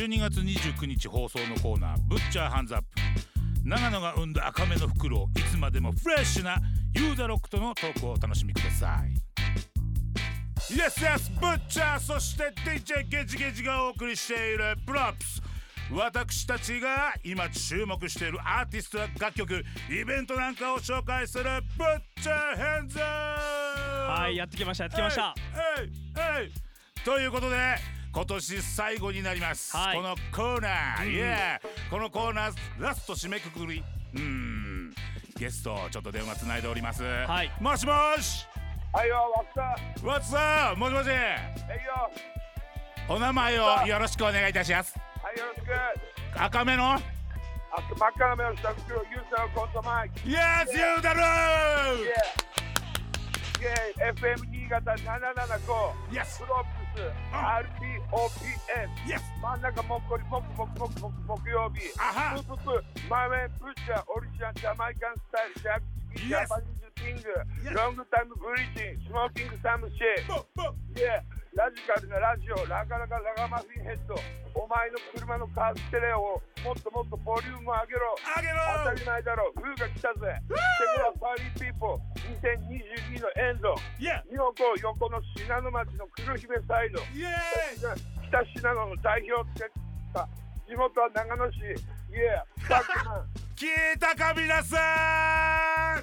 12月29日放送のコーナー「ぶっちゃハンズアップ」長野が生んだ赤目のフクロウいつまでもフレッシュなユーダロックとのトークをお楽しみください Yes, yes, ブッチャーそして DJ ゲジゲジがお送りしているプロップス私たちが今注目しているアーティストや楽曲イベントなんかを紹介するブッチャーヘンズはいやってきましたやってきましたえいえいえいということで今年最後になります、はいこのコーナー、いやこのコーナーラスト締めくくりうーんゲストちょっと電話つないでおります、はいもしもしはいよ、わった。わつさんもしもしはいよ。お名前をよろしくお願いいたしますはい、よろしく。赤目のあと、真っ赤な目をした袋、ユーザーコントマイク。イエスユーダルイェイ。イェイ、FM 新潟775。イエスプロプス、RPOPN。イエス真ん中もっこり、もくもくもくもく木曜日。あはプーププ、マーメン、プッシャー、オリジナル、ジャマイカンスタイル、ジャック、ジャパニーズキング、ロングタイムブリージン、スモーキングサムシェイ。で、ラジカルなラジオ、ラガラガラガマフィンヘッド、お前の車のカーステレオをもっともっとボリューム上げろ。あげ当たろり前だろ、冬が来たぜ。セブラパーリーピーポー、2022のエンド、イエ日本港横の信濃町の黒姫サイド、イエ北信濃の代表をつけた、地元は長野市、イエー、バックマン、聞いたか皆さん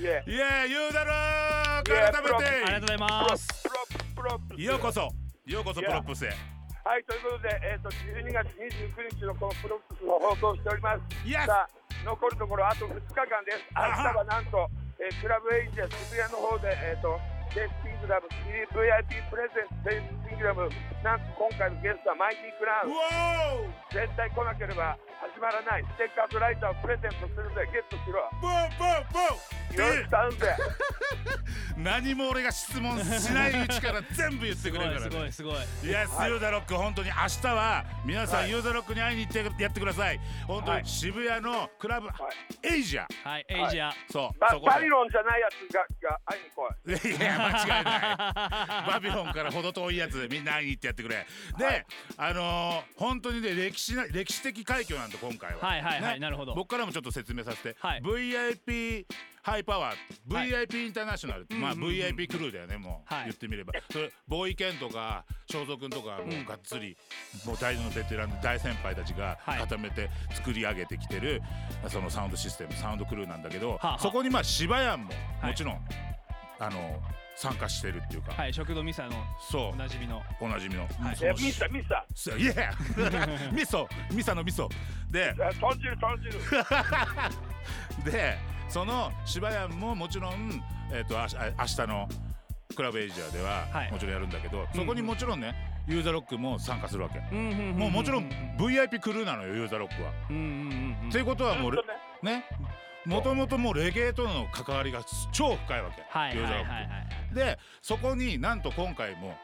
イエー、いや言うだろうい改やありがとうめございますプロップ、プロップてようこそようこそプロップスへはい、ということで、えー、と12月29日のこのプロップスを放送しております。 Yes さあ、残るところあと2日間です。明あは日はなんと、えークラブエイジア渋谷の方で、えー、とデスキングダム VIP プレゼンツデスキングダム、なんと今回のゲストはマイティクラうウン。お絶対来なければ始まらない。ステッカーとライターをプレゼントするぜ。ゲットしろ。ーボーボーボよろー しく頼むぜ。何も俺が質問しないうちから全部言ってすくごれいるすからごいすごいイエス、はいユーザロック本当に明日は皆さん、はいユーザロックに会いに行ってやってください本当はにい渋谷のクラブ、エイジアはいエイジアそう、バそこバリロンじゃないやつがが会いに来い。でいや間違いないバビロンからほど遠いやつみんな会いに行ってやってくれで、あのー本当にね歴史な歴史的快挙なんで今回ははいはいはいねなるほど僕からもちょっと説明させて、はい VIP ハイパワー、はい VIP インターナショナル、まあ VIP クルーだよねもう、はい言ってみればそれボーイケンとか正蔵君とかもうがっつり、もう大のベテランの大先輩たちがはい固めて作り上げてきてる、そのサウンドシステムサウンドクルーなんだけど、はあそこにまあ芝屋もはいもちろん、あの参加してるっていうか、はい食堂ミサのそおなじみのうおなじみの、そえのミスターミスター。そう Yeah 味噌味噌の味噌でえ豚汁豚 汁。でその芝屋ももちろん、えー、とああ明日のクラブエイジアでははいもちろんやるんだけど、そこにもちろんね、ユーザーロックも参加するわけ、うんうんもうもちろんうん VIP クルーなのよユーザーロックは。うんうんうんっていうことはもうずっとねねもともともうレゲエとの関わりが超深いわけ、はいはいユーはザいーはロッいクでそこになんと今回も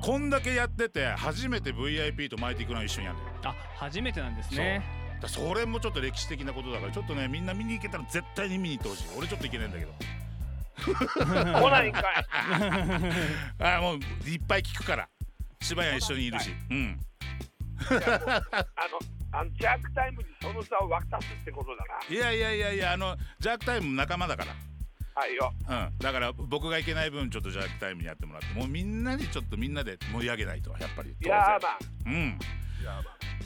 こんだけやってて初めて VIP とマイティクラウン一緒にやるんだよあ初めてなんですねだそれもちょっと歴史的なことだからちょっとねみんな見に行けたら絶対に見に行ってほしい俺ちょっと行けないんだけど来ないんかい。あーもういっぱい聞くから芝居は一緒にいるしうんあの、あのジャックタイムにその差を渡すってことだな。いやいやいやいやあのジャークタイムも仲間だからはいよ。うん、だから僕が行けない分ちょっとジャークタイムにやってもらってもうみんなにちょっとみんなで盛り上げないとやっぱりいやーまあ、うん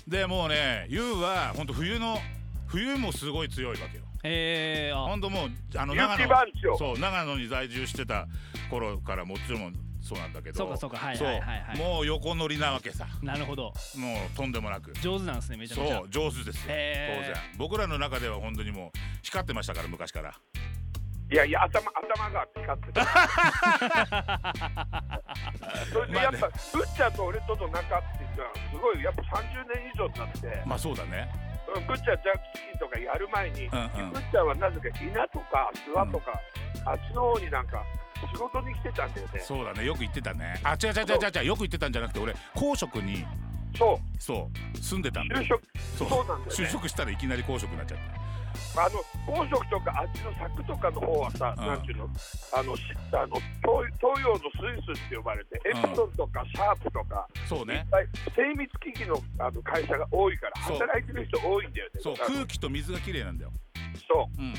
でもうね YOU は本当冬の冬もすごい強いわけよええあ本当もうあの雪長野番長そう長野に在住してた頃からもちろんそうなんだけどそうかそうかはいはいはいはいそうもう横乗りなわけさなるほどもうとんでもなく上手なんですねめちゃそめちゃう上手ですよ当へー然僕らの中では本当にもう光ってましたから昔からいやいや、頭頭がピカってた。それでやっぱ、ブッチャーと俺との仲っていうのは、すごい、やっぱ30年以上経って、まあそうだねうんブッチャージャンプスキーとかやる前に、うんうんブッチャーはなぜか稲とか諏訪とか、あっちの方になんか仕事に来てたんだよね。そうだねよく言ってたねあ違う違う違う違う違うよく言ってたんじゃなくて俺公職にそう、そう住んでたんだ就よ職、そそううなんだよ就ね。職したらいきなり公職になっちゃっあの、宝飾とかあっちの柵とかの方はさ、うんなんていうの、あの、しあの東東洋のスイスって呼ばれて、エんプソンとかシャープとか、たそうねはい、精密機器のあの会社が多いからそう働いてる人多いんだよねそうだから空気と水がきれいなんだよそううん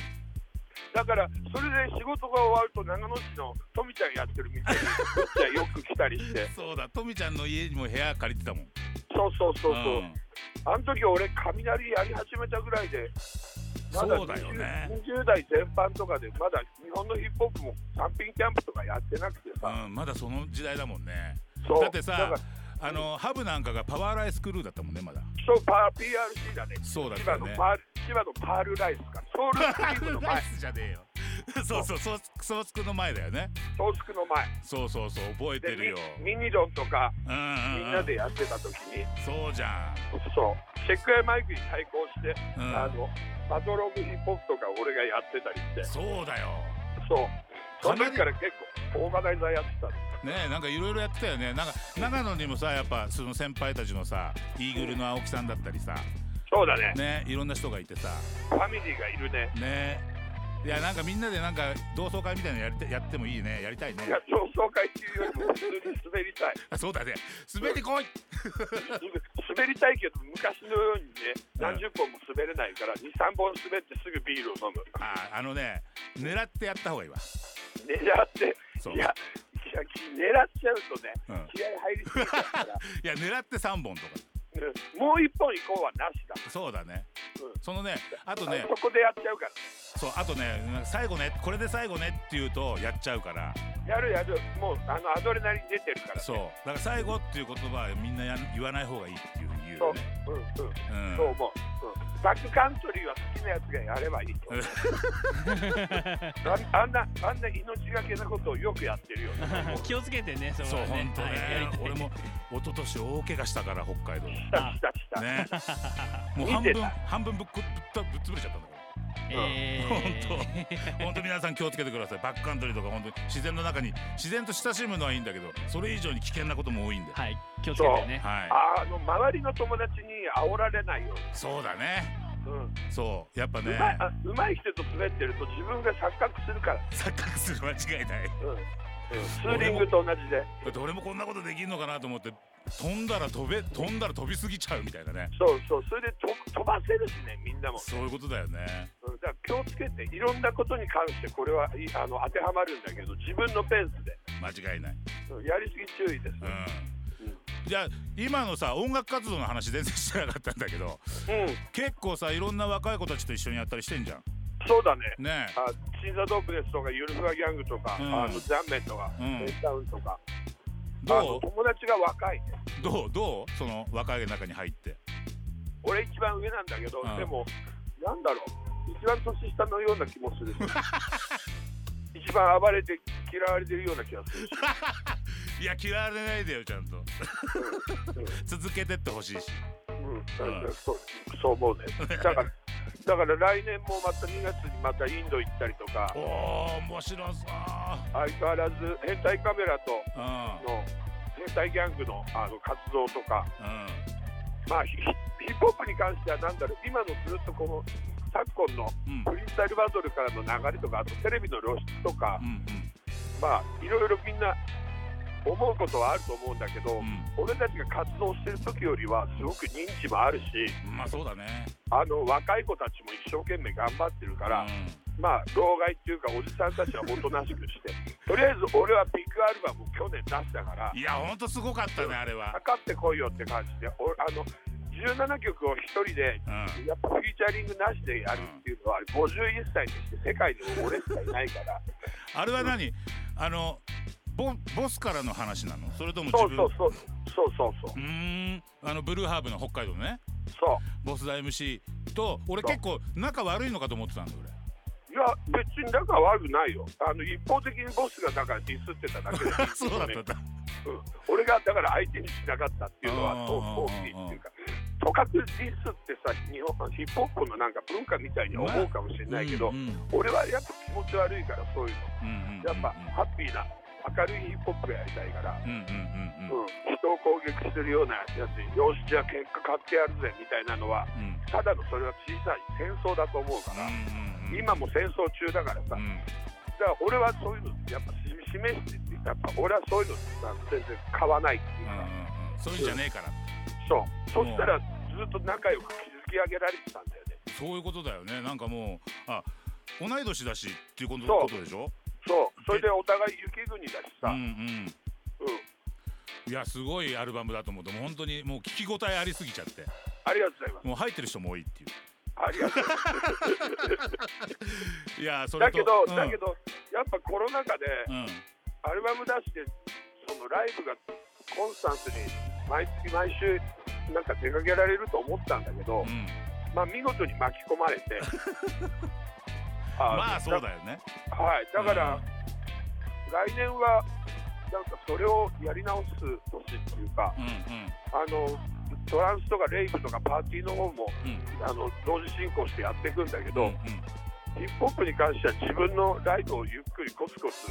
だからそれで仕事が終わると長野市の富ちゃんやってる店に富ちゃんよく来たりしてそうだとみちゃんの家にも部屋借りてたもんそうそうそうそう、んあの時俺雷やり始めたぐらいでまだそうだよね 20, 20代前半とかでまだ日本のヒップホップも単品キャンプとかやってなくてさ、うん、まだその時代だもんねそうだってさからあのハブなんかがパワーライスクルーだったもんねまだそうパー PRC だねそうだっ千た葉よのねパール千葉のパールライスかソウルパスクリームワー のライ前スじゃねえよそうそうそうそうつくの前だよねソウスクの前そうそうそう覚えてでるよミミニドンとかうんうん,、みうんん、なでやってた時に、そうじゃんそうチェックアイマイクに対抗して、うんあのバトログヒップホップとか俺がやってたりしてそうだよそうそのかなり時から結構オーガナイザーやってたのねえなんかいろいろやってたよねなんか長野にもさやっぱその先輩たちのさイーグルの青木さんだったりさそうだねねいろんな人がいてさファミリーがいるねねえいやなんかみんなでなんか同窓会みたいなのやりてやってもいいねやりたいねいや同窓会っていうよりも普通に滑りたいあそうだね滑りこい滑りたいけど昔のようにねうん何十本も滑れないから23本滑ってすぐビールを飲むああのね狙ってやった方がいいわ狙ってそういやいや狙っちゃうとね、うん気合入りすぎちゃうから、 いや狙って3本とかうんもう一本行こうはなしだそうだね、うんそのねあとねそこでやっちゃうからそうあとねなんか最後ねこれで最後ねって言うとやっちゃうからやるやるもうあのアドレナリン出てるからねそうだから最後っていう言葉はみんなや言わない方がいいっていうふうに言うそうよね、うんうんうんそう思う、うん、バックカントリーは好きなやつがやればいいとああんなあんな命がけなことをよくやってるよ ね 気をつけてね、そこそうは本ね。当ね、はいやり たい俺も一昨年大怪我したから北海道でしたしたし た、ねもう半分半分ぶっこぶったぶっ潰れちゃったんだからえー本本当皆さん気をつけてくださいバックカントリーとか本当に自然の中に自然と親しむのはいいんだけどそれ以上に危険なことも多いんでははい、気をつけてね。い、あの周りの友達に煽られないよそうだねうに、うんそうやっぱうねまいあうまい人と滑ってると自分が錯覚するから、錯覚する間違いないだうんうん、ツーリングと同じでって俺もこんなことできるのかなと思って飛んだら飛べ飛んだら飛びすぎちゃうみたいなねそうそうそれでと飛ばせるしねみんなもそういうことだよねうんだから気をつけていろんなことに関してこれはいあの当てはまるんだけど自分のペースで間違いないうんやりすぎ注意です、ううんん、じゃあ今のさ音楽活動の話全然してなかったんだけど結構さいろんな若い子たちと一緒にやったりしてんじゃんそうだねねえあ新座ドープネスとかゆるふわギャングとか、うんあのジャンメンとかうペ、んインタウンとかあどのう友達が若いねどうどうその若い中に入って俺一番上なんだけど、うんでもなんだろう一番年下のような気 もするし一番暴れて嫌われてるような気がするしいや嫌われないでよちゃんと 続けてってほしいしうん、うんそうそう思うね。だから、だから来年もまた2月にまたインド行ったりとかお、お面白そう相変わらず変態カメラとうんの変態ギャングのあの活動とか、うんまあヒヒップホップに関してはなんだろう、今のずっとこの昨今のうんフリースタイルバトルからの流れとか、あとテレビの露出とかう、んまあいろいろみんな思うことはあると思うんだけど、うん俺たちが活動してる時よりはすごく認知もあるし、うんまあそうだねあの若い子たちも一生懸命頑張ってるかうら、んまあ老害っていうかおじさんたちはおとなしくして とりあえず俺はビッグアルバムを去年出したからいやほんとすごかったねあれはかかってこいよって感じでおあの17曲を一人でうんやっぱフィーチャリングなしでやるっていうのは51歳にして世界に俺しかいないからあれは何あのボボスからの話なのそれともそ自う分そうそうそうそうそううーんあのブルーハーブの北海道のねそうボスダ MC と俺結構仲悪いのかと思ってたんだ俺。いや、別に仲悪くないよ。あの、一方的にボスがだからディスってただけで そうだったんだうん俺がだから相手にしなかったっていうのはうん大きいっていうか、とかくディスってさ、日本ヒップホップのなんか文化みたいに思うかもしれないけどうん、うん俺はやっぱ気持ち悪いから、そういううんうんの。やっぱハッピーな、明るいヒップホップやりたいから。うんうんうんうん、人を攻撃するようなやつに、よし、じゃあ結果買ってやるぜみたいなのは、うんうんただのそれは小さい戦争だと思うから、うんうん今も戦争中だからさ、うだかんら俺はそういうの、やっぱ示してって、やっぱ俺はそういうの全然買わないっていううんうか、んうんそういうんじゃねえからそう、そしたらずっと仲良く築き上げられてたんだよね。そういうことだよねなんかもうあ同い年だしっていうことそうことでしょそう、それでお互い雪国だしうんさ、ううん、んいやすごいアルバムだと思うともう本当にもう聞き応えありすぎちゃってありがとうございます。もう入ってる人も多いっていうありがとうございます。いやそれだとけど、うん、だけど、やっぱコロナ禍で、うんアルバム出してそのライブがコンスタントに毎月毎週なんか出かけられると思ったんだけど、うんまあ見事に巻き込まれ てあまあそうだよねはいだから、うん来年はなんかそれをやり直す年っていうかうんうんあのトランスとかレイブとかパーティーの方もうんあの同時進行してやっていくんだけうんど、ヒップホップに関しては自分のライブをゆっくりコツコツ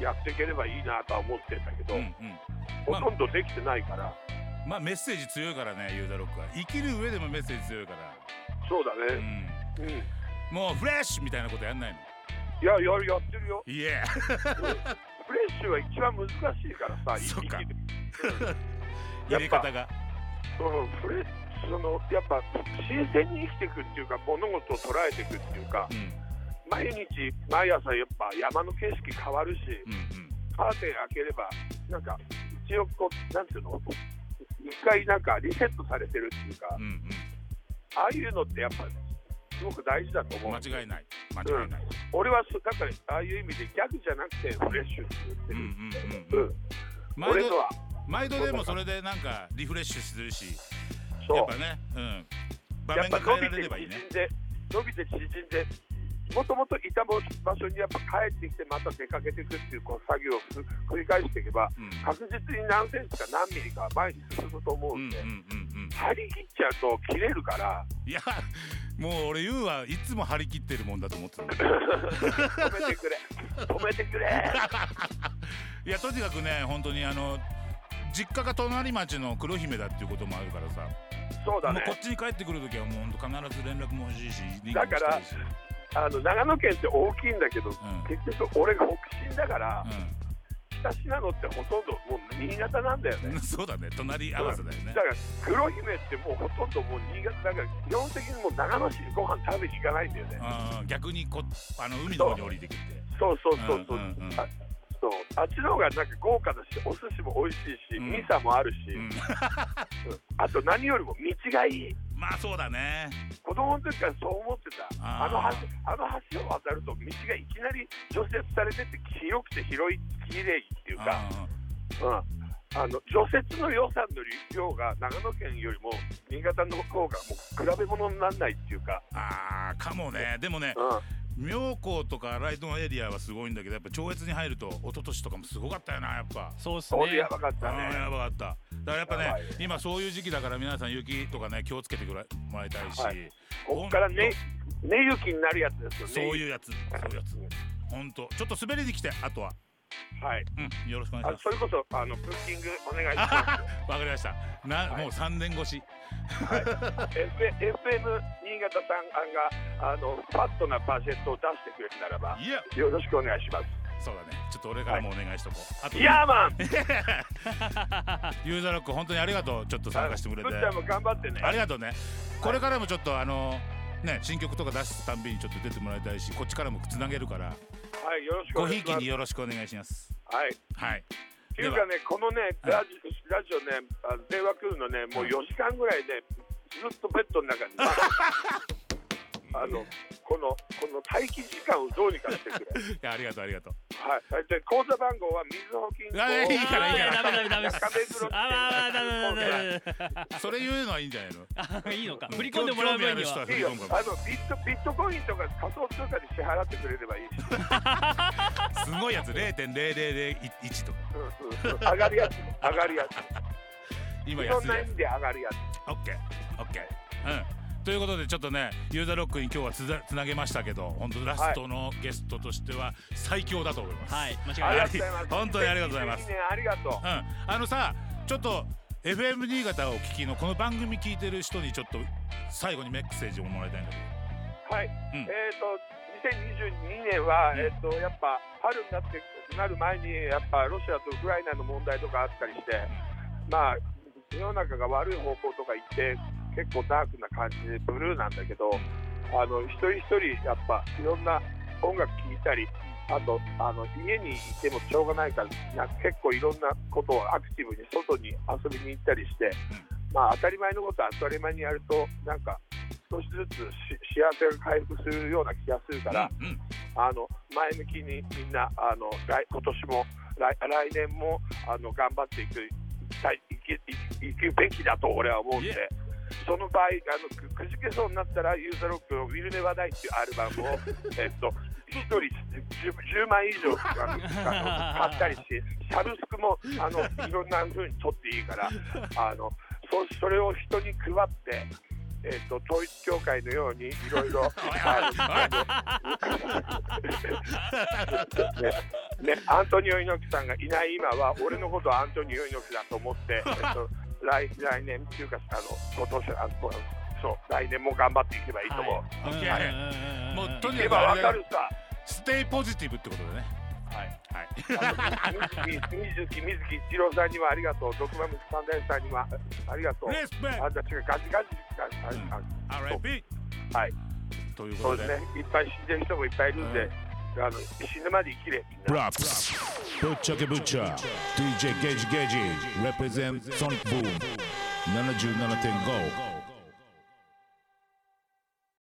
やっていければいいなとは思ってんだけど、うんうんうんほとんどできてないから、まあメッセージ強いからねユーダロックは生きる上でもメッセージ強いからそうだうね、んうん、いや、もうフレッシュみたいなことやんないのややってるよ、いえ フレッシュは一番難しいからさ、そっか生きて入れ方がうん、フレッそのやっぱ、新鮮に生きていくっていうか、物事を捉えていくっていうかう、ん毎日、毎朝、やっぱ山の景色変わるし、うんうんカーテン開ければ、なんか、一応こう、なんていうの、一回なんかリセットされてるっていうか、うんああいうのってやっぱ、すごく大事だとう思んう。間違いない間違いない俺はそうだからああいう意味でギャグじゃなくてフレッシュって言ってうんる、うんうんうん毎俺の度は毎度でもそれでなんかリフレッシュするしそうやっぱねうん場やっ面ぱが変え伸られびてればい縮いねんで伸びて縮んでもともといた場所にやっぱ帰ってきてまた出かけていくっていうこう作業を繰り返していけばうん確実に何センチか何ミリか前に進むと思ううんうんんうで、んうん張り切っちゃうと切れるからいやもう俺ユーはいつも張り切ってるもんだと思ってた止めて くれ止めてくれいやとにかくね本当にあの実家が隣町の黒姫だっていうこともあるからさ、そうだもねうこっちに帰ってくる時はもう本当必ず連絡も欲しいしリンクだもかしたらいしあの長野県って大きいんだけどう結局俺が北進だからん、北信濃ってほとんどもう新潟なんだようねん、 そうだね隣合わせだよねだから黒姫ってもうほとんどもう新潟だから基本的にもう長野市にご飯食べに行かないんだよねうん逆にこあの海の方に降りてきてそうそうそうそう,、うんうんうんあそうあっちの方がなんか豪華だしお寿司も美味しいし、うんミサもあるし、うん、 うんあと何よりも道がいいまあそうだね子供の時からそう思ってたああーの橋あの橋を渡ると道がいきなり除雪されてて広くて広い綺麗っていうか、うん、あの除雪の予算の量が長野県よりも新潟の方がもう比べ物にならないっていうか、うんあーかもねでもねうん、妙高とかライトのエリアはすごいんだけどやっぱ超越に入ると一昨年とかもすごかったよなやっぱそうっすそれねやばかったあーね。やばかっただからやっぱやばねいね今そういう時期だから皆さん雪とかね気をつけてくらもらいたいし、はいこっからね、ねゆきになるやつですよね。そういうやつそういうやつほんとちょっと滑りに来てあとははい。うんよろしくお願あいしそれこそあのブッキングお願い しまますわかりましたな、はいもう3年越しす。はい。FM, FM 新潟さんがあのファットなバジェットを出してくれるならばいやよろしくお願いします。そうだねちょっと俺からもお願いしとこう、あとイヤー マン。ユーザーロック本当にありがとうちょっと参加してくれてぶっちゃんも頑張ってね。ありがとうねこれからもちょっとあのね新曲とか出すたんびにちょっと出てもらいたいしこっちからもつなげるからはい。よろしくおご願ひいいしきますに。よろしくお願いしますはい。はいっていうかね、このね、はラジラジオね、あの電話来るのね、もう4時間ぐらいね、ずっとベッドの中 に、あのこのこの待機時間をどうにかしてく れ。いやありがとうありがとうはい。えっと口座番号は水保金庫。あいいからいいから中目ダメダメダメ黒あああダメダメダメそれ言うのはいいんじゃないの ダ メ。いいのか。振り込んでもらう分には。いいよ。あのビットビットコインとか仮想通貨で支払ってくれればいいし。すごいやつ0.0001とかうんうんうん上がるやつ、上がるやつ。 今いろ安んいなや意つ味で上がるやつ。オッケーオッケーうんということでちょっとねユーザーロックに今日はつなつなげましたけど本当ラストのゲストとしては最強だと思います、はい。間違いあない。りがとうございます。本当にありがとうございます2022年ありがとう。うんあのさちょっと FM 新潟をお聞きのこの番組聞いてる人にちょっと最後にメッセージをもらいたいんだけどはい、うんえっ、と2022年は、うんえっ、とやっぱ春になってなる前にやっぱロシアとウクライナの問題とかあったりして、まあ世の中が悪い方向とか行って結構ダークな感じでブルーなんだけど、あの一人一人やっぱいろんな音楽聴いたり。あとあの家にいてもしょうがないからな結構いろんなことをアクティブに外に遊びに行ったりして、まあ、当たり前のことは当たり前にやるとなんか少しずつし幸せが回復するような気がするから、うんうんあの前向きにみんなあの来今年も来来年もあの頑張っていくいきたいいきいいくべきだと俺は思うんいでえ。その場合あのくくじけそうになったらユーザーロックの「ウィルネバダイ」っていうアルバムを えっと一人 10, 10万以上あの買ったりしサブスクもあのいろんな風に取っていいからあのそそれを人に配って。えっと統一教会のようにいろいろあのね、アントニオ猪木さんがいない今は俺のことをアントニオ猪木だと思って、えっと、来来年っていうかあの今年あのそう来年も頑張っていけばいいと思う、オッケはいーうんもうとにかい、けくばあわれかだるさステイポジティブってことだねははいいあの水木水木水木一郎さんにはありがとう徳間光三大さんにはありがとうレスペあんたちがガチガチガチガチガチそう RIP はいというそこうとでですねいっぱい死んでる人もいっぱいいるんで、あの死ぬまで生きれみんな Props. Butcher ke Butcher. DJ Gage Gage. Represent Sonic Boom. 77.5.